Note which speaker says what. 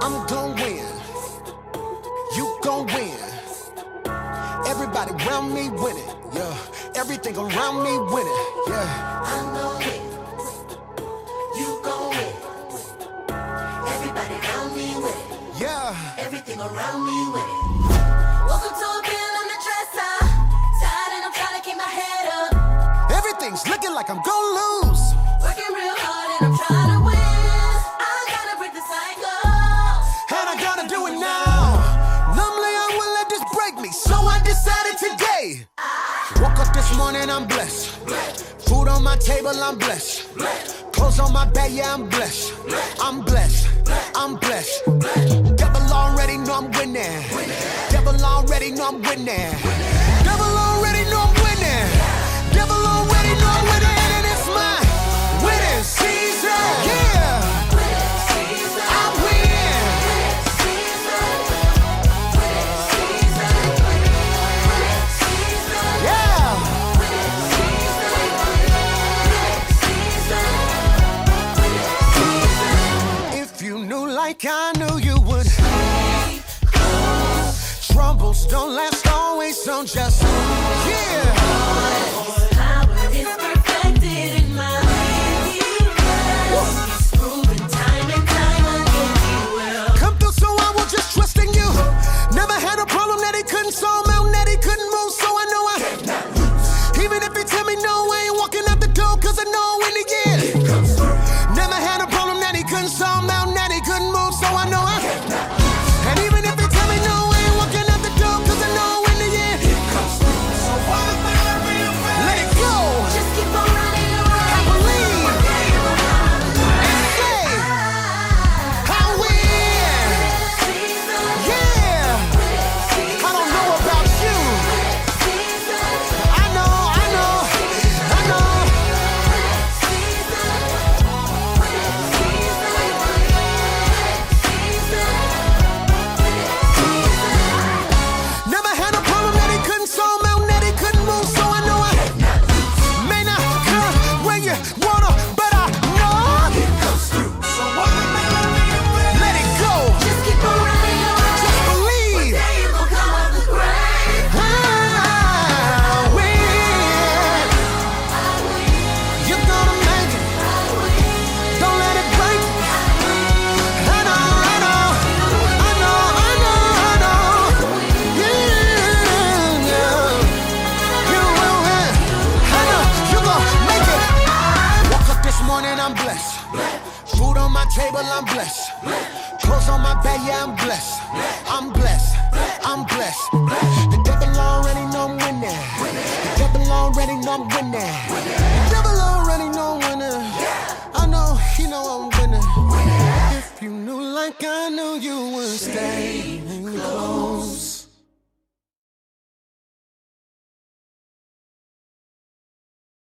Speaker 1: I'm gon' win. You gon' win. Everybody around me winning. Yeah. Everything around me winning. Yeah. I know it. You gon' win. Everybody around me winning. Yeah. Everything around me winning. Welcome to a bill, I'm the dresser. Tired and I'm trying to keep my head up. Everything's looking like I'm gonna lose. Working real hard and I'm trying to win. I gotta break the cycle. And I gotta do it now. Numbly, I will let this break me. So I decided today. Woke up this morning, I'm blessed. Food on my table, I'm blessed. Clothes on my back, yeah, I'm blessed. I'm blessed. I'm blessed. Devil already know I'm winning. Devil already know I'm winning. Devil already know I'm winning. Devil already know I'm winning, and it's my winning season. Yeah, I win. Yeah, if you knew like I knew you would. Troubles don't last always, so just yeah. Come through, so I will just trust in you. Never had a problem that he couldn't solve, mountain that he couldn't move, so I know I. Even if he tell me no, I ain't walking out the door, cause I know in the end. Never had a problem that he couldn't solve, mountain that he couldn't move, so I know I. And even if they tell me no, I ain't walking out the door, cause I know in the end. Let it go. I believe. And say, I win. Yeah. I don't know about you. I know, I know, I know. Never had a problem that he couldn't solve, mountain that he couldn't move, so I know I. May not come when you wanna, but I know. Let it go. Just believe. I win. You're gonna make it. Don't let it break. you. I know, I know, I know, I know, I know. Yeah, yeah. You will win. I know you're gonna make it. Woke up this morning, I'm blessed. Food on my table, I'm blessed. Clothes on my back, yeah, I'm blessed. I'm blessed. I'm blessed. The devil already know I'm winning. The devil already know I'm winning. The devil already know I'm winning. I know he know I'm winning. If you knew like I knew you would stay.